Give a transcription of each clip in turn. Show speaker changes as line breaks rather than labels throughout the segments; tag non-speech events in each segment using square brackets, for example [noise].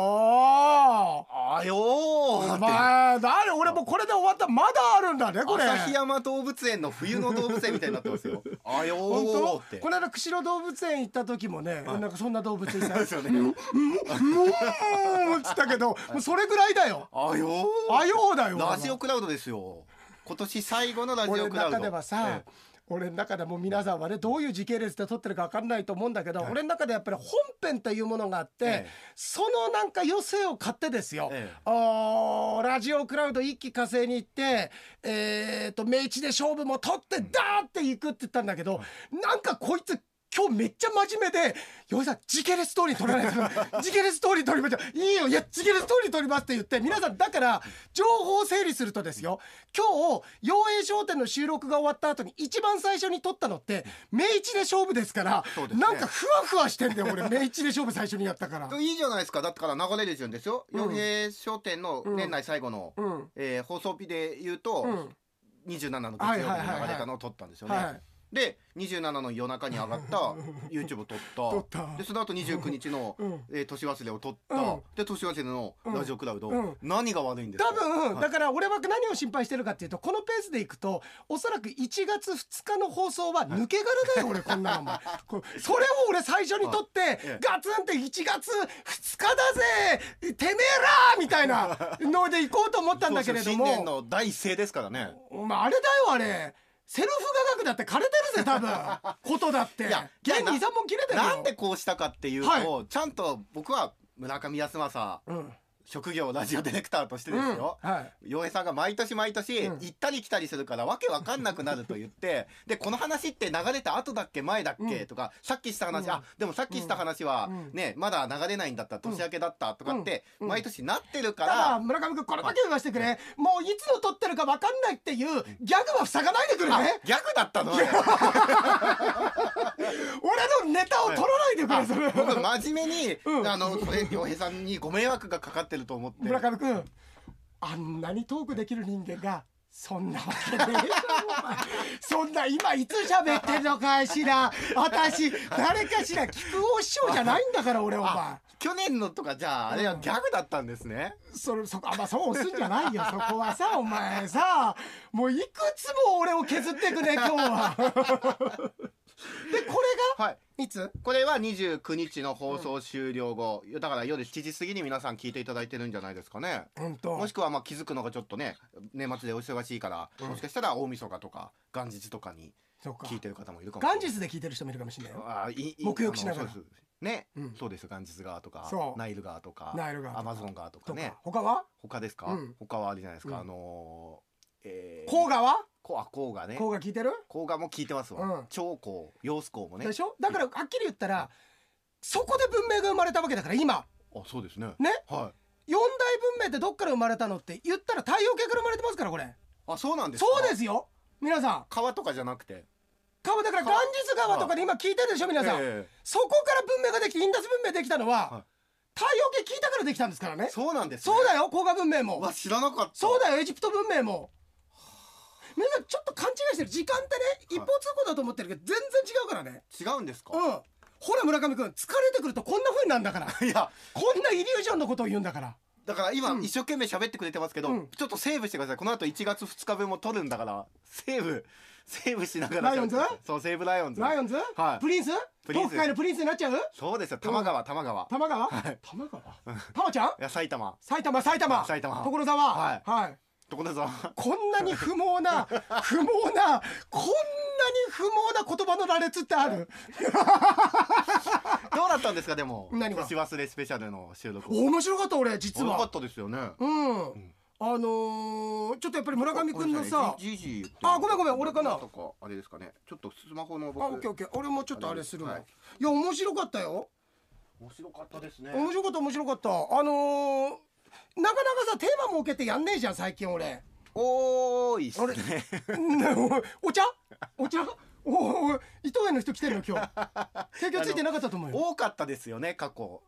あ
あよ
あお
ーって
前誰俺もうこれで終わったまだあるんだねこれ
旭山動物園の冬の動物園みたいになって [laughs] ますよあよー
本
って
当この間釧路動物園行った時もね、なんかそんな動物いたよ
ですよね
もうっつったけど、もうそれぐらいだよ。
あよー
あようだよ。
ラジオクラウドですよ今年最後のラジ
俺
オ
の
クラウド
中ではさ、
え
俺の中でもう皆さんはね、どういう時系列で撮ってるか分かんないと思うんだけど、俺の中でやっぱり本編というものがあって、
ええ
そのなんか余生を買ってですよ、
ええ
おーラジオクラウド一気火星に行って、えー、と、明治で勝負も取って、ダーって行くって言ったんだけど、なんかこいつ、今日めっちゃ真面目で、よいさん、時系列通りに撮らない
[laughs]
と、時系列通りに撮りましょう。いいよ、いや、時系列通りに撮りますって言って、皆さん、だから、情報を整理するとですよ、今日、陽影商店の収録が終わった後に、一番最初に撮ったのって、明治で勝負ですから、
そうですね
なんかふわふわしてんだよ、俺、明治で勝負最初にやった
[laughs]
から。
いいじゃないですかだってから流れる順ですよ
うん
余平商店の年内最後の、
うん。
えー放送日で言うと、
うん。
27の月曜日
はいはいはいは
の
い
流れたのを撮ったんですよね、
はい。
で27の夜中に上がった [laughs] YouTube を撮った
撮った
でその後29日の、
うん。
えー年忘れを撮った、
うん
で年忘れのラジオクラウド、
うん
何が悪いんですか
多分、
はい
だから俺は何を心配してるかっていうとこのペースでいくとおそらく1月2日の放送は抜け殻だ
[laughs]
よ、俺こんなのお前こうそれを俺最初に撮って、
ええ
ガツンって1月2日だぜてめえらみたいなので行こうと思ったんだけれど
そうですよ新年
も
の第一声ですからね
お前あれだよあれセルフ画学だって枯れてるぜ多分ことだって
[laughs] いや
現
いやな
に23本切れてるよ
なんでこうしたかっていうと、
は
ちゃんと僕は村上康政
うん
職業ラジオディレクターとしてですよ、
うんはい
洋平さんが毎年毎年
うん
行ったり来たりするからわけわかんなくなると言
[laughs]
って、で、この話って流れた後だっけ前だっけ、
うん
とか、さっきした話、
うん
あ、でもさっきした話は
うん
ね、まだ流れないんだった、年明けだったとかって、
うん
毎年なってるか
ただ
ら、
村上君これだけ言わせてくれもういつの撮ってるか分かんないっていうギャグは塞がないでくれ
あ
ね
逆だったの
俺のネタを取らないでく
あ
れそれ
僕真面目に、
うん
あの、これ、洋平さんにご迷惑がかかってると思って。
[laughs] 村上君あんなにトークできる人間がそんなわけねえだろお [laughs] 前そんな今いつ喋ってんのかしら私誰かしら聞くお師匠じゃないんだから俺お前
あ去年のとか、じゃあ、あれはギャグだったんですね。
それそこあまあそう押すんじゃない [laughs] よそこはさお前さもういくつも俺を削ってくね今日 [laughs] はでこれが
はい。
いつ
これは29日の放送終了後、だから夜7時過ぎに皆さん聞いていただいてるんじゃないですかね。
本当
もしくはまあ気づくのがちょっとね年末でお忙しいから、もしかしたら大晦日とか元日とかに
そうか
聞いてる方もいるかもしれ
元
ない。
日で聞いてる人もいるかもしれないよ
あーいい
沐浴しながら
あのそうですね、
うん
そうです元日側とか
そう
ナイル側とか
ナイル川とか
アマゾン側とか
と
ね
か他は
他ですか、
うん
他はあれじゃないですか、
うん
あのー、えー、
甲賀は
こあ甲賀ね
甲賀聞いてる
甲賀も聞いてますわ、
うん
長甲陽子甲もね
でしょだからはっきり言ったらそこで文明が生まれたわけだから今
あそうですね
ね
はい
四大文明ってどっから生まれたのって言ったら太陽系から生まれてますからこれ
あそうなんですか
そうですすよ皆さん
川とかじゃなくて
川だから元
川
日川とかで今聞いてるでしょ皆さん、
え
そこから文明ができてインダス文明できたのは、
はい
太陽系聞いたからできたんですからね
えそうなんです、ね、
そうだよ甲賀文明
う
も
わ知らなかった
そうだよエジプト文明も皆さんちょっと勘違いしてる時間ってね一方通行だと思ってるけど全然違うからね
違うんですか、
うんほら村上君疲れてくるとこんな風になるんだから
[laughs] いや
こんなイリュージョンのことを言うんだから。
だから今
うん
一生懸命喋ってくれてますけど、
うん
ちょっとセーブしてくださいこの後1月2日分も取るんだからセーブ [laughs] セーブしながら
ライオンズ
そうセーブライオンズ
ライオンズ、
はい
プリンス
プリンス
東海のプリンスになっちゃう
そうですよ玉川玉川、
玉川、
はい
玉川玉ちゃん
いや埼玉
埼玉、埼玉
埼玉
所沢
はい
はい。
どこだぞは
こんなに不毛
[laughs]
な、不毛な、こんなに不毛な言葉の羅列ってある
いどうだったんですかでも
何が
年忘れスペシャルの収録
面白かった俺、実
よかっ
は。
たですよね
うん。
ん
あのー、ちょっとやっぱり村上君のさ、
じじいって
あごめんごめん俺かな
とかあれですかねちょっとスマホの僕
あ、オッケーオッケー。俺もちょっとあれするわ。
はい
い、や、面白かったよ。
面白かったですね
面白かった、面白かった。あのー、なかなかさ、テーマ設けてやんねえじゃん、最近俺。 [laughs]
おーいっすね
ねおお茶お茶
[laughs]
おお伊藤園の人来てるの今日提供ついてなかったと思うよ
多かったですよね過去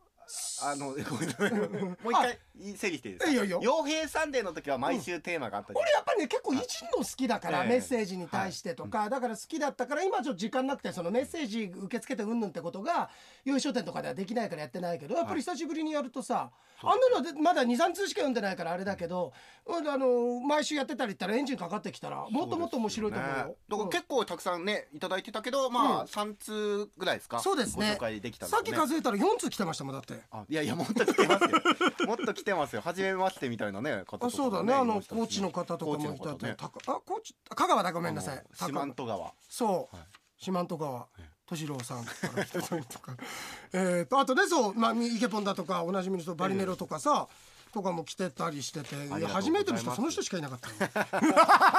あ
[laughs]
の、ごめんなさい。もう一回整理していいですか
いいよいいよ
傭兵サンデーの時は毎週テーマがあったじゃん
俺やっぱりね結構いじんの好きだから、
ええ
メッセージに対してとか、だから好きだったから今ちょっと時間なくてそのメッセージ受け付けてうんぬんってことがよい書店とかではできないからやってないけどやっぱり久しぶりにやるとさ、あんなのはでまだ23通しか読んでないからあれだけど、うんあの毎週やってたりったらエンジンかかってきたらもっともっと面白いと思うよ。
ねだから結構たくさんねいただいてたけど
う
まあ
ん
3通ぐらいですか
そうですね
ご紹介できたの
さ
は
っき
ね
数えたら4通来てましたもんだって。
あいやいやもっと来てます
[laughs]
よもっと来てますよ初めましてみたいなね方とかも
あそうだねあ
い
の
ましたし
コーチの方とかもい
コ
た
ー
っ
チの
て、
方ね
高あコーチ香川だごめんなさい
あの四万十川
そう、
はい
四万十川
ええ
敏郎さんから来たりとか [laughs] えーとあとねそう、まあ、みイケポンだとかおなじみの人バリネロとかさ、とかも来てたりしててい
あ
や
りがとうございます
初めての人その人しかいなかったよ
[laughs]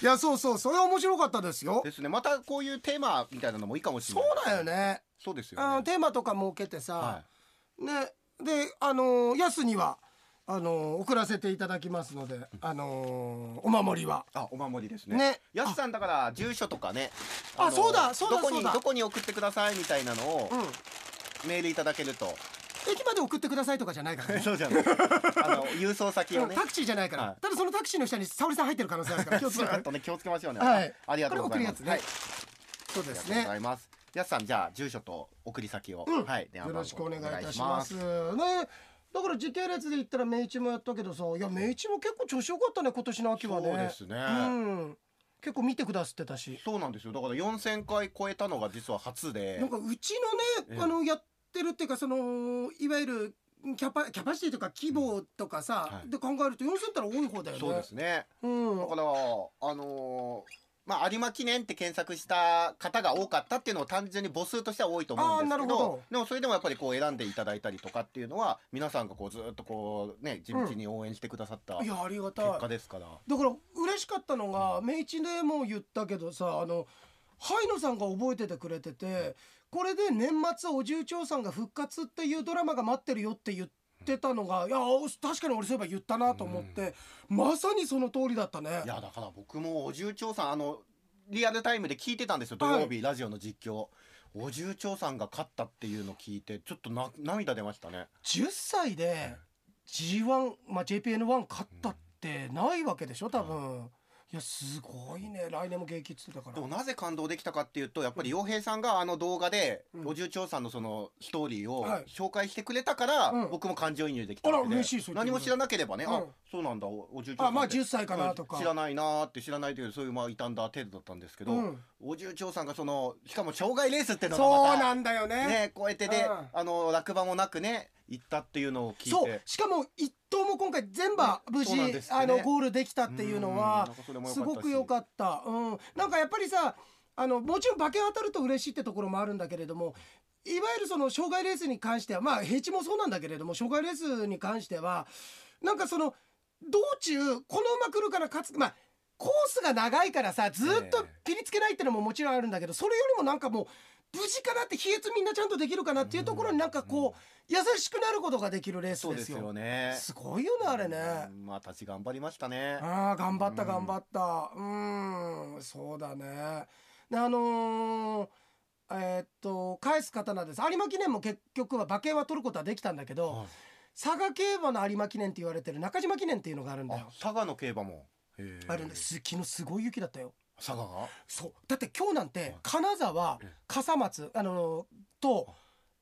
いやそうそうそれは面白かったですよ
ですねまたこういうテーマみたいなのもいいかもしれ
そ
ないう
だよね
そうですよ
あの
ね
テーマとか設けてさ、
は
ねであのーヤスにはあのー送らせていただきますので、あのーお守りはい
あお守りですね
ね
やすさんだから住所とかね
あ
の
そうだそうだ
どこ
そう
に
だ
どこに送ってくださいみたいなのを
うん
メールいただけ
[laughs]
ると
駅まで送ってくださいとかじゃないからね
そうじゃないあの郵送先を
うん
ね
タクシーじゃないから、
はい
ただそのタクシーの下に沙織さん入ってる可能性あるから気をつけ
ちょ
て
っとね気をつけましょうね。
はい
ありがとうございます。
これ送るやつねそう
はい
です
ありがとうご
ね
ざいます。やすさんじゃあ住所と送り先を、
うん
はい
よろしくお願いいたします。ねだから時系列で言ったら明一もやったけどさいや明一も結構調子良かったね今年の秋はね
そうですね
うん、結構見てくださってたし
そうなんですよ。だから4000回超えたのが実は初で
なん、かうちの
え
ね、
え
あのやってるっていうかそのいわゆるキャパキャパシティとか規模とかさ、
はい
で考えると4000ったら多い方だよね。
そうですね。
うん
だからあのーまあ、有馬記念って検索した方が多かったっていうのを単純に母数としては多いと思うん
あー
ですけ
な
ど
るほど
でもそれでもやっぱりこう選んでいただいたりとかっていうのは皆さんがこうずっとこうね地道に応援してくださった
い
結
やありがたい。
果ですから、
だから嬉しかったのが明治でも言ったけどさあのハイノさんが覚えててくれててこれで年末お重長さんが復活っていうドラマが待ってるよって言ってたのがいや確かに俺そういえば言ったなと思って、まさにその通りだったね
[laughs] いやだから僕もお重長さんあのリアルタイムで聞いてたんですよ土曜日、ラジオの実況お重長さんが勝ったっていうのを聞いてちょっとな涙出ましたね
10歳で G1、まあ、JPN1 勝ったってないわけでしょ多分いやすごいね来年も現役っつってたか
で
ら
もなぜ感動できたかっていうとやっぱり洋平さんがあの動画で
うん
お重長さんのそのストーリーを
はい
紹介してくれたから、
うん
僕も感情移入できたわけ
あ
で
ら嬉しいそういうこと
何も知らなければね、
う
あ
ん
そうなんだおお重長さん
あまあ
って
10歳かなとか
うん知らないなーって知らないというそういうまあいたんだ程度だったんですけど、
うん
お重長さんがそのしかも障害レースってのがま
そう
た
なんだよ
ね、こうやってで、
うん
あの落馬もなくね行ったっていうのを聞いて
そうしかも一頭も今回全部無事、
そうなんですってね
あのゴールできたっていうのは
うん
すごく良か
っ
った、うん、なんかやっぱりさあのもちろん馬券当たると嬉しいってところもあるんだけれどもいわゆるその障害レースに関してはまあ平地もそうなんだけれども障害レースに関してはなんかその道中この馬来るから勝つまあコースが長いからさずっとピリつけないってのももちろんあるんだけどそれよりもなんかもう無事かなって飛越みんなちゃんとできるかなっていうところになんかこう優しくなることができるレース
そう
で
ですす
よ。
よね
すごいよねあれね。
うんまあ私頑張りましたね
ああ頑張った
うん
頑張ったうんそうだねであのーえーっと返す刀です有馬記念も結局は馬券は取ることはできたんだけど、
はい
佐賀競馬の有馬記念って言われてる中島記念っていうのがあるんだ
あ
よ
佐賀の競馬もへー
あるんです昨日すごい雪だったよ
佐賀が
そうだって今日なんて
い
金沢
ええ
笠松あのーと
あ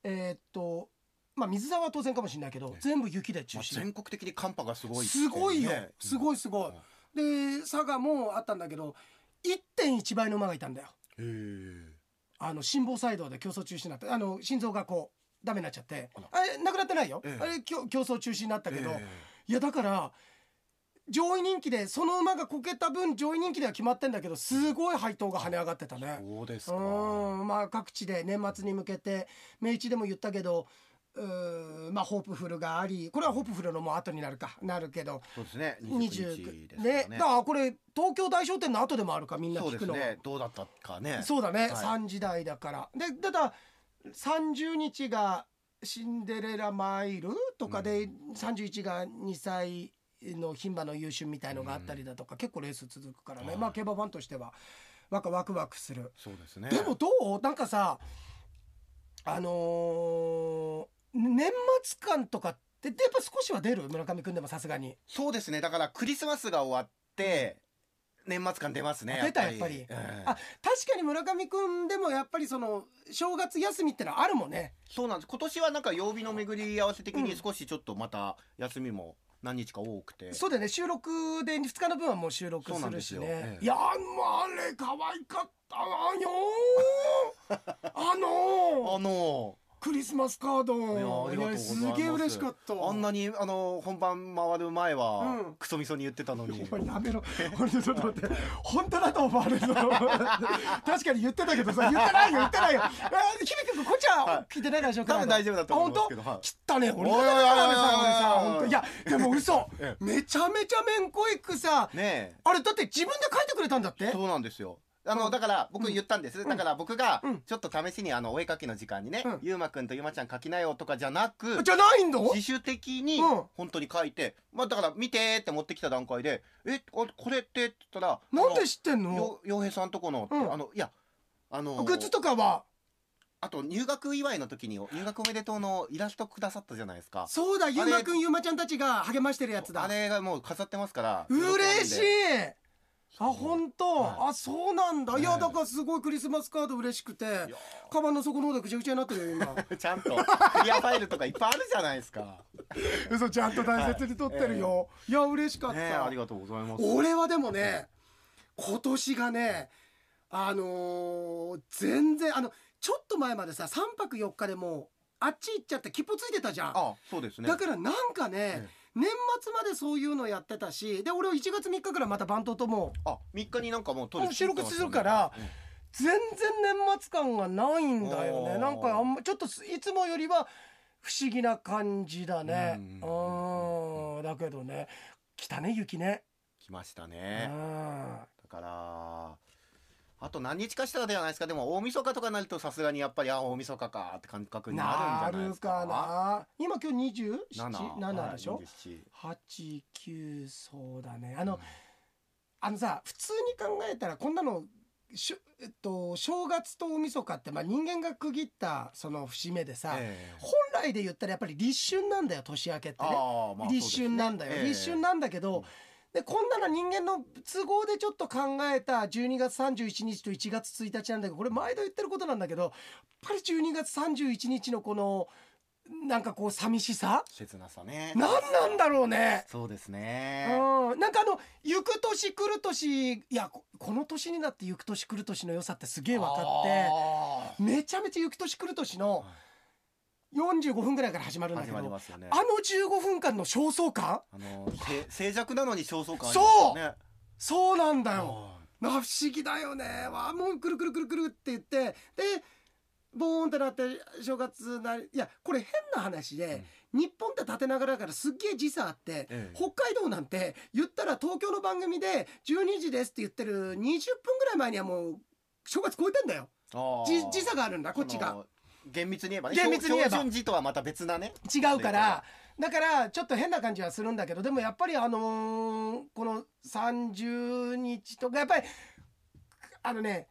えーっとまあ水沢は当然かもしれないけど
ええ
全部雪で中
まあ
止、
全国的に寒波がすごいってう
す
ね
ごいよ、すご
い
いすごい、で佐賀もあったんだけど1.1倍の馬がいたんだよ
へー
あの心房細動で競争中止になってあの心臓がこうダメになっちゃって
あら
あれなくなってないよ、
ええ
あれ競競争中止になったけど、
へー
いやだから上位人気でその馬がこけた分上位人気では決まってんだけどすごい配当が跳ね上がってたね。
そうですか
うんまあ各地で年末に向けて明治でも言ったけどうーまあホープフルがありこれはホープフルのもう後になるかなるけど
そうですね29
29
日です
ね
から
だからこれ東京大商店の後でもあるかみんな
そう
聞
で
く
す
の
ねどうだったかね
そうだね、
はい
3時台だからでただ30日がシンデレラマイルとかで、31が2歳の牝馬の優秀みたいのがあったりだとか、結構レース続くからね、
はい
まあ競馬ファンとしてはなんかワクワクする
そうですね
でもどうなんかさあのー年末感とかってでやっぱ少しは出る村上くんでもさすがに
そうですねだからクリスマスが終わって、年末感出ますね
あ出たやっぱ
ええ
あ確かに村上くんでもやっぱりその正月休みってのはあるもんね
そうなんです今年はなんか曜日の巡り合わせ的
うん
に少しちょっとまた休みも何日か多くて、
そうだよね収録で2日の分はもう収録するし
そうなんです
ね
よえ
い
え
やもうあれ可愛かったわよ
[laughs]
ーあのー
あの
クリスマスカード
いやありがとうございます
すげえ嬉しかった
あんなにあの本番回る前は、
うん
クソみそに言ってたのに
お前やめろ俺ちょっと待って本当だと思わ
[laughs]
れるぞ確かに言ってたけどさ言ってないよ言ってないよえー響くんこっちは聞いてないでしょうか
多分大丈夫だと思うんですけどはい
切ったね俺
おいおいおいおい
さ
おいおい
俺さ本
おい
当いやでも嘘
え
めちゃめちゃめんこいくさ
ね
あれだって自分で書いてくれたんだっ
え
て
そうなんですよあの、
うん
だから僕言ったんです、だから僕が
うん
ちょっと試しにあのお絵描きの時間にね、
うん
ゆうまくんとゆうまちゃん描きなよとかじゃなく、
じゃないんだ
自主的に
うん
本当に書いて、まあだから見てって持ってきた段階で「えあこれって?」って言ったら「
なん
あ
で知ってん
の
の
よ洋平さんとこの」って、
うん
あのいやあの
グッズとかは
あと入学祝いの時に入学おめでとうのイラストくださったじゃないですか
そうだゆうまくんゆうまちゃんたちが励ましてるやつだ
あれがもう飾ってますから
嬉しいあ
そう
本当、
はい
あそうなんだいや
はい
だからすごいクリスマスカード嬉しくて
いや
カバンの底の方でぐちゃぐちゃになってるよ
[laughs]
今
ちゃんとクリアファイルとかいっぱいあるじゃないですか
嘘ちゃんと大切に取ってるよ、いや嬉しかった、
ねえありがとうございます
俺はでもね今年がねあのー全然あのちょっと前までさ3泊4日でもうあっち行っちゃって切符ついてたじゃん、
あそうですね
だからなんかね、
ええ
年末までそういうのやってたしで俺は1月3日からまた番頭とも
あ3日になんかもう撮
もう収録するから全然年末感がないんだよ
あ
ね
ー
なんかあんまちょっとすいつもよりは不思議な感じだねう
うん
だけどね来たね雪ね
来ました
う
ね
ん
だからあと何日かしたらではないですかでも大晦日とかになるとさすがにやっぱりあ大晦日かって感覚になるんじゃないですか
な今今日
7
27でしょ
はい27
89そうだねあのあのさ普通に考えたらこんなのしょえっと正月と大晦日ってまあ人間が区切ったその節目でさ
ええ
本来で言ったらやっぱり立春なんだよ年明けってね
ああまあそうです
立
ね
春なんだよ、
ええ
立春なんだけど、
うん
でこんなの人間の都合でちょっと考えた12月31日と1月1日なんだけどこれ毎度言ってることなんだけどやっぱり12月31日のこのなんかこう寂しさ
切なさね
何なんだろうね。
そうです
う
ね
ん、なんかあの行く年来る年いやここの年になって行く年来る年の良さってすげえ分かって
あ
めちゃめちゃ行く年来る年の45分ぐらいから始まる
ー
んだけ
始
ど
まりますよね
あの15分間の焦燥感
あのせ静寂なのに焦燥感あります
そう
よね
そうなんだ
あ
よな不思議だよねわあもうくるくるくるくるって言ってでボーンってなって正月なりいやこれ変な話で、日本って縦長だからすっげえ時差あって、
ええ
北海道なんて言ったら東京の番組で12時ですって言ってる20分ぐらい前にはもう正月超えてんだよ
ーあー
じ時差があるんだこっち
そ
が
の厳密に言えばね
厳密に言えば
標準時とはまた別なね
違うからだからちょっと変な感じはするんだけどでもやっぱりあのーこの30日とかやっぱりあのね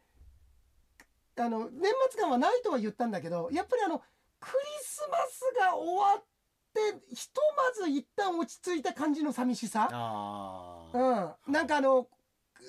あの年末感はないとは言ったんだけどやっぱりあのクリスマスが終わってひとまず一旦落ち着いた感じの寂しさ
あー
うん、なんかあので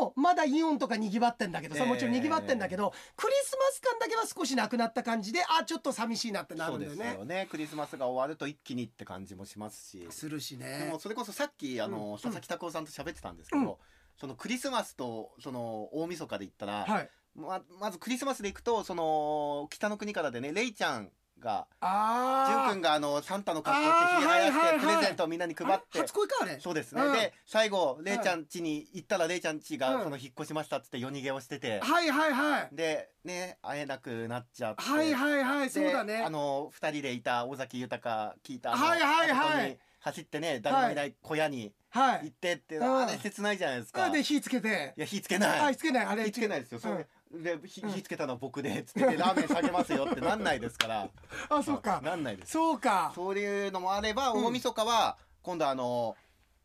もまだイオンとかにぎわってんだけどさ
ええ
もちろんにぎわってんだけど、クリスマス感だけは少しなくなった感じであちょっと寂しいなってなる
そうん
だよ
です
ね。
よねクリスマスが終わると一気にって感じもしますし
するしね。
でもそれこそさっきあの、
うん
佐々木拓夫さんと喋ってたんですけど、
うん
そのクリスマスとその大晦日で言ったら、
はい、
ままずクリスマスで行くとその北の国からでねレイちゃんが
あ
潤
あ
くんがあのサンタの格好してひげ生や
あーはいはいは
して
い
プレゼントをみんなに配って。
初恋かあれ
そうですね、
うん
で最後レイちゃん家に行ったらレイちゃん家
うん
がその引っ越しましたっつって夜逃げをしてて、
はいはいはい
でね会えなくなっちゃって、
はいはいはい
で
そうだね
あの二人でいた尾崎豊聞いたあの
はいはいはい
あそこに走ってね誰もいない小屋に
は
行っ
い
てって、
うん
あれ切ないじゃないですか、
で
い
火つけて
や火つけ
は
ないい
つけないあれ
火つけないですよ、それで火
うん
火つけたのは僕でつってラーメン下げますよってなんないですから
あ [laughs] そうか
なんないです
そうか
そういうのもあれば
うん
大晦日は今度あの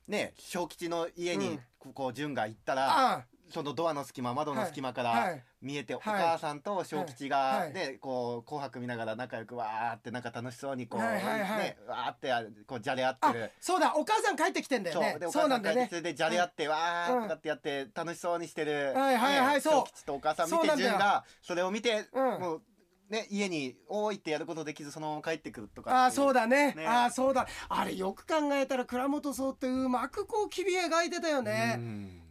ね小吉の家
うん
にここう潤が行ったら、
あ
そのドアの隙間窓の隙間から、
はい
見えて、お
い
母さんと小吉が、
はい
ねこう紅白見ながら仲良くわーってなんか楽しそうにこう、
はいはいはい
ねわーってあこうじゃれ合って
あ
る。
そうだお母さん帰ってきてんだよね
でお
そう
母
な
さ
ん
ん
だ
が
よね
それでじゃれ合って、わ
う
ー
ん
とかってやって楽しそうにしてる、
はいはいはい
ね
そう
小吉とお母さん見
そうな
て
んだよ
純がそれを見て、
うん
もうね家に「おーい」ってやることできずそのまま帰ってくるとか
ああそう
だ
だね
ね
ああそうだあれよく考えたら倉本壮ってうまくこう切り描いてたよね、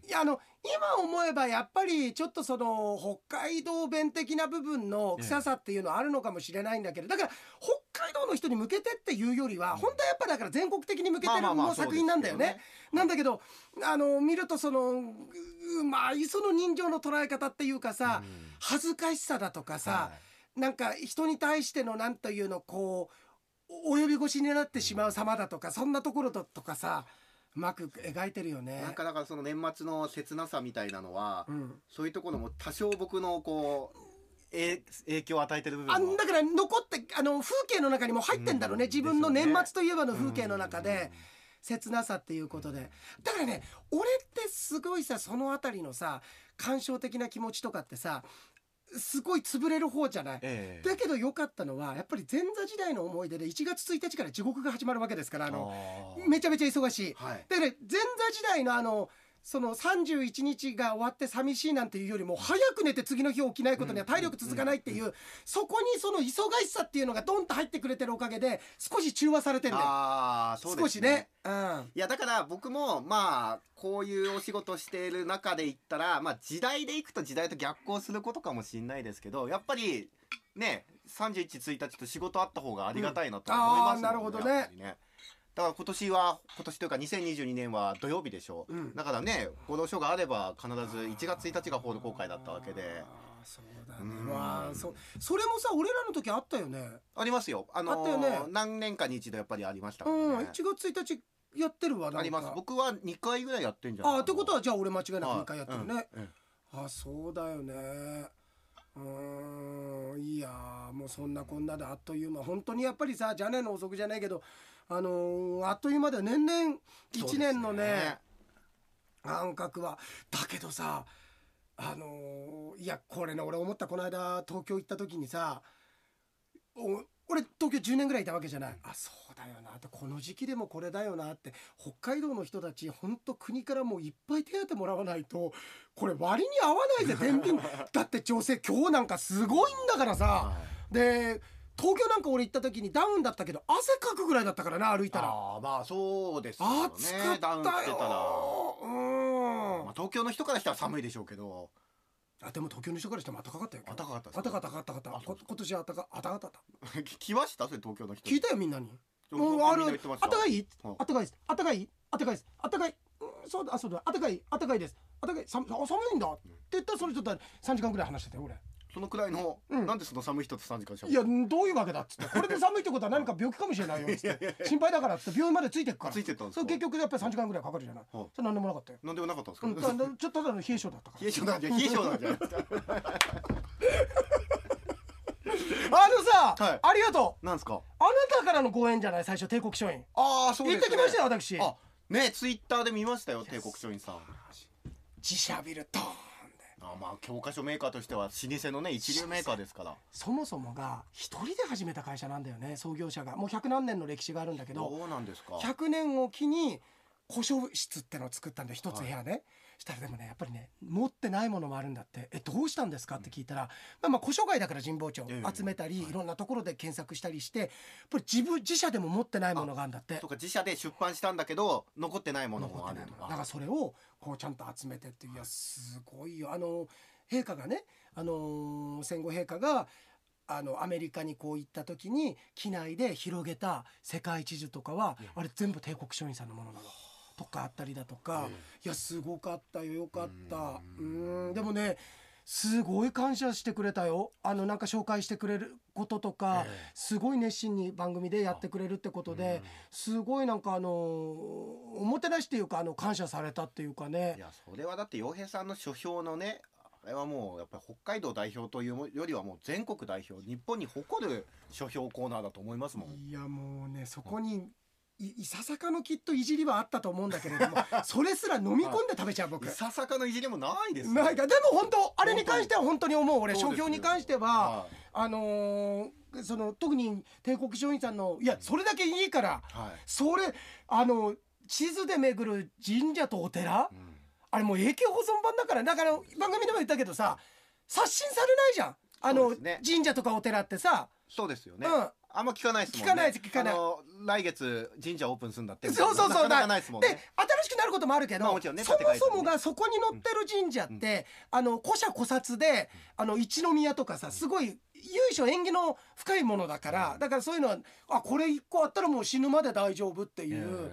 いやあの今思えばやっぱりちょっとその北海道弁的な部分の臭さっていうのはあるのかもしれないんだけどだから北海道の人に向けてっていうよりは本当はやっぱだから全国的に向けてる
まあまあまあ
作品なんだよね。なんだけどあの見るとそのううまいその人情の捉え方っていうかさ恥ずかしさだとかさなんか人に対してのなんというのこうお及び腰になってしまう様だとかそんなところだとかさうまく描いてるよね
なん。かだからその年末の切なさみたいなのは、
うん
そういうところも多少僕のこうえ影響を与えてる部分
あ
は
だから残ってあの風景の中にも入ってんだろうね、
うん
自分の
です
年
よね
末といえばの風景の中で切なさっていうことでだからね俺ってすごいさその辺りのさ感傷的な気持ちとかってさすごい潰れる方じゃない。
ええ
だけど良かったのはやっぱり前座時代の思い出で1月1日から地獄が始まるわけですからあの
あー
めちゃめちゃ忙しい。
はい
だから前座時代のあのその31日が終わって寂しいなんていうよりも早く寝て次の日起きないことには体力続かないっていうそこにその忙しさっていうのがドンと入ってくれてるおかげで少し中和されてんだよ
あーそうです
少しねうん
いやだから僕もまあこういうお仕事している中で言ったらまあ時代でいくと時代と逆行することかもしれないですけどやっぱりね31日と仕事あった方がありがたいなと思います
う
もん
んあーなるほどね
やっぱりだから今年は今年というか2022年は土曜日でしょ、
うん
だからねこの書があれば必ず1月1日が報道公開だったわけで
あーそうだ
う
ね
ん
まあそそれもさ俺らの時あったよね
ありますよあのー
あったよね
何年かに一度やっぱりありました
う
も
ん
んね
1月1日やってるわなんか
あります僕は2回ぐらいやってんじゃない
あーってこと
は
はじゃあ俺間違いなく2回やってるね、
うんうん
あそうだよねうーんいやーもうそんなこんなであっという間本当にやっぱりさじゃねえの遅くじゃないけどあのーあっという間で年々
そうです
1年のね感覚はだけどさあのーいやこれね俺思ったこの間東京行った時にさお俺東京10年ぐらいいたわけじゃない、あそうだよなってこの時期でもこれだよなって北海道の人たちほんと国からもういっぱい手当もらわないとこれ割に合わないぜ天
[laughs]
秤だって女性今日なんかすごいんだからさ
はい
で東京なんか俺行った時にダウンだったけど汗かくぐらいだったからな歩いたら
ああーまあそうですよね
暑かっ
ダウン
た
してたら、
ようん
まあ、東京の人からしたら寒いでしょうけど
あでも東京の人からしても暖かかったよ。
暖かかったです
暖かかった暖かかった。
あそう
こ今年は暖か暖かかった。
[laughs] 来ましたそれ東京の人
聞いたよみんなに。
東京
うん
の
ある
人みん
暖
な言ってました
かい
うん
暖かいです。暖かい暖かいです。暖かい。うんそうだあそうだ暖かい暖かいです。暖かい寒あ寒いんだって言ったらそれちょっと三時間ぐらい話してたよ俺。
そのくらいの、
うん
なんでその寒い人と3時間しゃべ
いやどういうわけだっつってこれで寒いってことは何か病気かもしれないよっつって心配だからっつって病院までついてくから。
ついてったんです
そ
か
れ結局やっぱり三時間ぐらいかかるじゃない。
うん
それ何でもなかったよ。
なんでもなかったんですか、
うんただちょっとただの冷え性だったから
冷。え性なんじゃ冷え性なんじゃないですか
あのさ、
はい
ありがとう。
なんですか
あなたからのご縁じゃない最初帝国書院。
ああそうで
行
す
ってきましたよ私
あねツイッターで見ましたよ帝国書院さん
自社ビルドーンで
あまあ教科書メーカーとしては老舗のね一流メーカーですから
そもそもが一人で始めた会社なんだよね創業者がもう100何年の歴史があるんだけど
どうなんですか
100年を機に古書室ってのを作ったんだよ一つ部屋ね、したらでもねやっぱりね持ってないものもあるんだってえどうしたんですかって聞いたら、まあまあ古書街だから神保町
ええ
集めたり、いろんなところで検索したりしてやっぱり自分自社でも持ってないものがあるんだって
とか自社で出版したんだけど残ってないもの
残
も
っ
あ
て
る
ない
と
も
か
のだからそれをこうちゃんと集めてっていういやすごいよあの陛下がね、あのー戦後陛下があのアメリカにこう行った時に機内で広げた世界地図とかは、あれ全部帝国書院さんのものなの。とかあったりだとか、
ええ
いやすごかったよよかったう
うん
でもねすごい感謝してくれたよあのなんか紹介してくれることとか、
ええ
すごい熱心に番組でやってくれるってことで、すごいなんかあのーおもてなしっていうかあの感謝されたっていうかね
いやそれはだって洋平さんの書評のねあれはもうやっぱり北海道代表というよりはもう全国代表日本に誇る書評コーナーだと思いますもん
いやもうねそこにいいささかのきっといじりはあったと思うんだけ
[laughs]
れどもそれすら飲み込んで食べちゃう僕
いささかのいじりもないですね
ないかでも本当あれに関しては本当に思う俺
そう
書
ですよ
評に関しては
はい
あのーその特に帝国書院さんのいやそれだけいいから
はい、
それあの地図で巡る神社とお寺
うん
あれもう永久保存版だからだから番組でも言ったけどさ刷新されないじゃんあ
そう
の、
ですね
神社とかお寺ってさ、
そうですよね、
うん
あんま聞かないですもんね
聞かないです聞かない
あの来月神社オープンするんだって
そうそうそう
なかなかないですもん
で
ね
新しくなることもあるけど、
まあもちろんね
そも
建て替えて
そ
もね
もがそこに載ってる神社って、あの古社古刹であの一宮とかさすごい由緒縁起の深いものだから、
うん
だからそういうのはあこれ一個あったらもう死ぬまで大丈夫ってい
え
う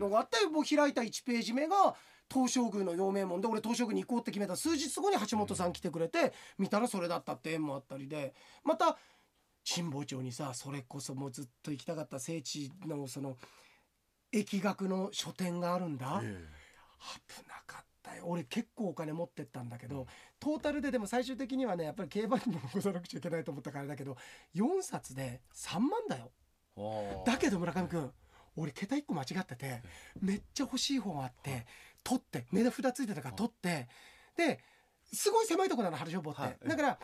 のがあってもう開いた1ページ目が東照宮の陽明門で俺東照宮に行こうって決めた数日後に橋本さん来てくれて見たらそれだったって縁もあったりでまた神保町にさそれこそもうずっと行きたかった聖地のその疫学の書店があるんだ危
ええ
なかったよ俺結構お金持ってったんだけどトータルででも最終的にはねやっぱり競馬にも残さなくちゃいけないと思ったからあれだけど4冊で3万だよ
おー
だけど村上君俺桁1個間違っててめっちゃ欲しい本があって取って値段札ついてたから取ってですごい狭いとこなの春消防って、
はい
だから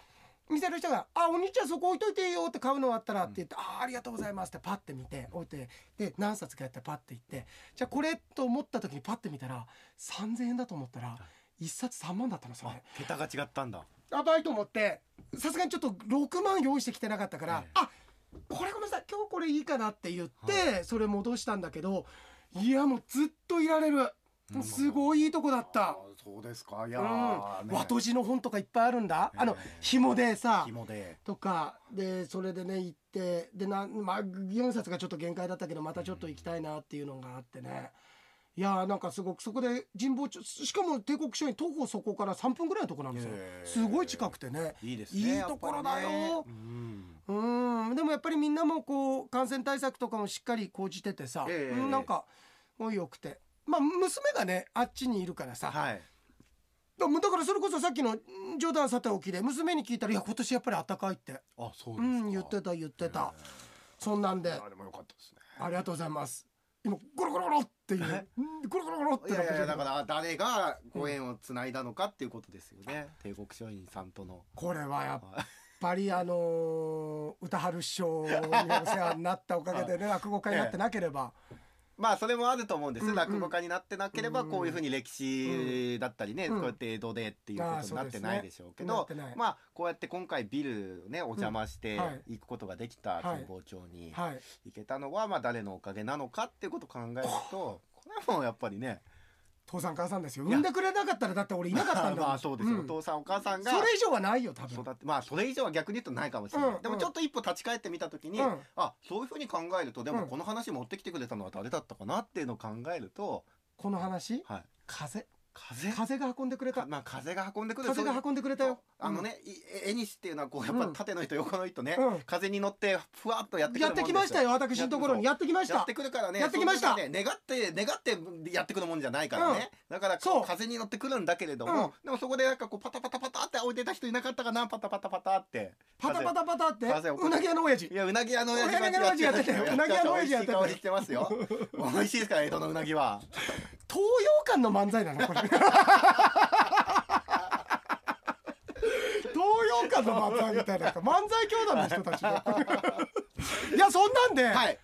店の人が「あお兄ちゃんそこ置いといていいよ」って買うのあったらって言って「ああありがとうございます」ってパッて見て置いてで何冊かやってパッて行ってじゃあこれと思った時にパッて見たら3,000円だと思ったら1冊3万だったのそれ
あ。桁が違ったんだ
やばいと思ってさすがにちょっと6万用意してきてなかったから、
ええ
あこれごめんなさい今日これいいかなって言って、それ戻したんだけどいやもうずっといられる
うん
すごいいいとこだった
あ、ーそうですかいや
うん
ー、ね
和とじの本とかいっぱいあるんだ、あの
ええ
紐でさ
紐で
とかでそれでね行ってでなん、まあ、4冊がちょっと限界だったけどまたちょっと行きたいなっていうのがあってね、いやーなんかすごくそこで神保町しかも帝国書院徒歩そこから3分ぐらいのとこなんですよ、
へー
すごい近くてね
いいですね
いいところだよ
やっぱりねうん
うんでもやっぱりみんなもこう感染対策とかもしっかり講じててさ、
ええ
うんなんかもうよくてまあ娘がねあっちにいるからさ、
はい
だだからそれこそさっきのん冗談さておきで娘に聞いたら「いや今年やっぱり暖かい」って
あそ
う
うですか
ん言ってた言ってた、そんなん
え
で
ーあでもよかったですね
ありがとうございます今ゴロゴロゴロっていうねうんゴロゴロゴロって
いやいやいやだ
なん
か
から
誰がご縁をつないだのかっていうことですよね、帝国書院さんとの
これはやっぱりあのー歌春師匠にお世話になったおかげ
[laughs]
でね落語家になってなければ、
まあそれもあると思うんです、
うんうん
落語家になってなければ
うん
こういうふうに歴史だったりね、
うん
こうやって江戸でっていうこ
ああ
と
そ
に
う
な
で
っ
す
て
ね
ないでしょうけ
な
ど、
ってない
まあこうやって今回ビルねお邪魔して
うんはい
行くことができた
はい
神保町に
はい
行けたのはまあ誰のおかげなのかっていうことを考えるとこれはもうやっぱりね
父さん母さんですよ産んでくれなかったらだって俺いなかったんだもん
[laughs] まあそうですよ、
ん
お父さんお母さんが
それ以上はないよ多分
育ってまあそれ以上は逆に言うとないかもしれない、
うん
でもちょっと一歩立ち返ってみた時に、
うん
あそういうふうに考えるとで
う
も
ん
この話持ってきてくれたのは誰だったかなっていうのを考えると、
この話
はい、
風
風
風が運んでくれた
まあ風が運んでくる
風が運んでくれたよ
あのね、い絵にしっていうのはこうやっぱ
うん
縦の人横の人ね、
うん
風に乗ってふわっとやっ
う
て
ん
くる
やっ
もんです
てきましたよ私のところにやってきまし
やったてくるからね
やってきました
そんなね願って願ってやってくるもんじゃないからね、だからこ
そう
う風に乗ってくるんだけれども、
うん
でもそこでなんかこうパタパタパタって置いてた人いなかったかなパタパタパタって
パタパタパタって
風を
うなぎ屋の親父
いやうなぎ屋の親
うなぎ屋の親父やってたようなぎ屋の親父やってたよ
美味しい香りしてますよ
[laughs]
美味しいですから江戸のうなぎは
東洋館の漫才なのこれ東洋館の漫才みたいな漫才教団の人たちが
[laughs]
いやそんなんで、
はい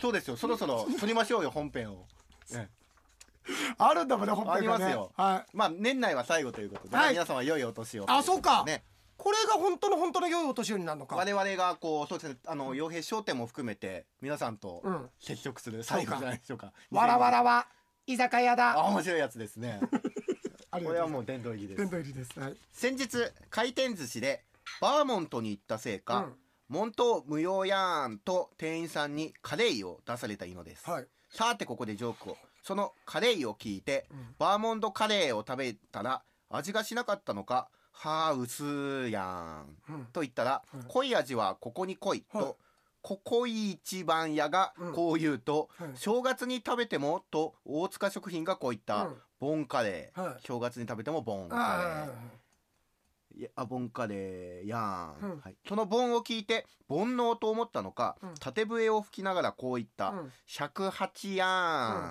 そうですよそろそ
[laughs]
ろ撮りましょうよ本編を、ね
あるんだもんね本編がね
ありますよ
はい
まあ年内は最後ということで、
はい
皆様良いお年を
あそうか
ね
これが本当の本当の良いお年寄りになるのか
我々がこうそうですねあの傭兵商店も含めて皆さんと
うん
接触する最後じゃないでしょうか
わらわら
わ
は居酒屋だ
あ面白いやつで
[laughs]
すね
あり
こ
がとうご
れは
ざいます
もう殿堂入りで
殿
す
堂入りですはい
先日回転寿司でバーモントに行ったせいか、
うん
モント無用やーんと店員さんにカレイを出されたいのです、
はい
さてここでジョークをそのカレイを聞いて、
うん
バーモントカレーを食べたら味がしなかったのか「はあ薄やん
うん」
と言ったら「
うん
濃い味はここに濃い」と、
はい
ここ一番屋がこう言うと、
はい
正月に食べてもと大塚食品がこう言った、
うん
ボンカレー、
はい
正月に食べてもボンカレー
ああ
やあボンカレーやん、
うん
はい、そのボンを聞いて煩悩と思ったのか、
うん
縦笛を吹きながらこう言った
うん
「108や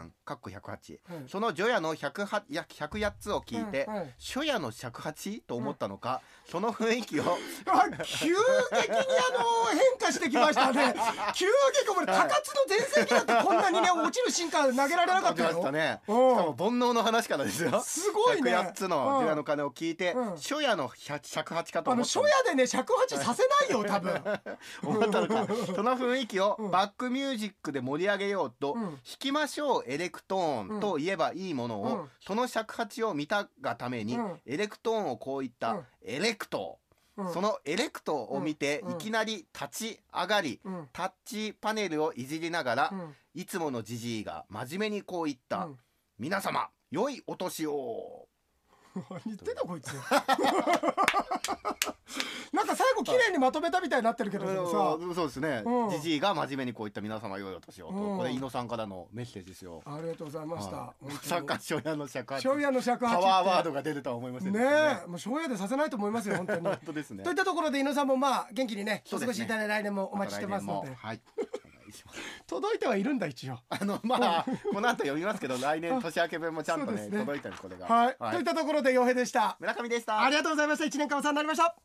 ん」かっこ108
うん
その除夜の108や108つを聞いて、
うんうん
初夜の尺八と思ったのか、その雰囲気を
あ急激にあの変化してきました
[laughs]
ね急激これ高津の全盛期だってこんなにね落ちる進化投げられなかっ
書き
た
ました
よ
ねしか
うん
も煩悩の話からですよ
すごいね
108つの除夜の鐘を聞いて、
うん
初夜の尺八かと
あ
思
の
っ
初
た
夜でね尺八させないよ多分
[laughs] 思ったのかその雰囲気を
うん
バックミュージックで盛り上げようと
うん
弾きましょうエレクトーンと言えばいいもの
う
を
ん
その尺八を見たがために
うん
エレクトーンをこう言っ
う
た
ん
エレクト
うん
そのエレクトを見て
うん
いきなり立ち上がり
うん
タッチパネルをいじりながら
うん
いつものじじいが真面目にこう言っ
う
た
ん
「皆様良いお年を
何言ってんだこいつ [laughs] なんか最後綺麗にまとめたみたいになってる」けどでもさ
うんそうですね
うん
じじいが真面目にこう言った「皆様良いお年を」と
うん
これ井野さんからのメッセージですよ。
ありがとうございました
はいまさか初夜の尺八
初夜の尺八
パ
って
ワーワードが出るとは思いませんで
ね
した
えもう昭夜でさせないと思いますよ本当に
本当です [laughs] ね
といったところで井野さんもまあ元気にね
そ
お
う
過
です
ごし
ね
いただいて来年もお待ちしてますの
来年も
で
はいお願いします
届いてはいるんだ一応
あのまあこの後読みますけど来年年明け分もちゃんと
そうで
ね
すね
届いてるこれが
はいといったところで洋平でした
村上でした
ありがとうございました一年間お世話になりました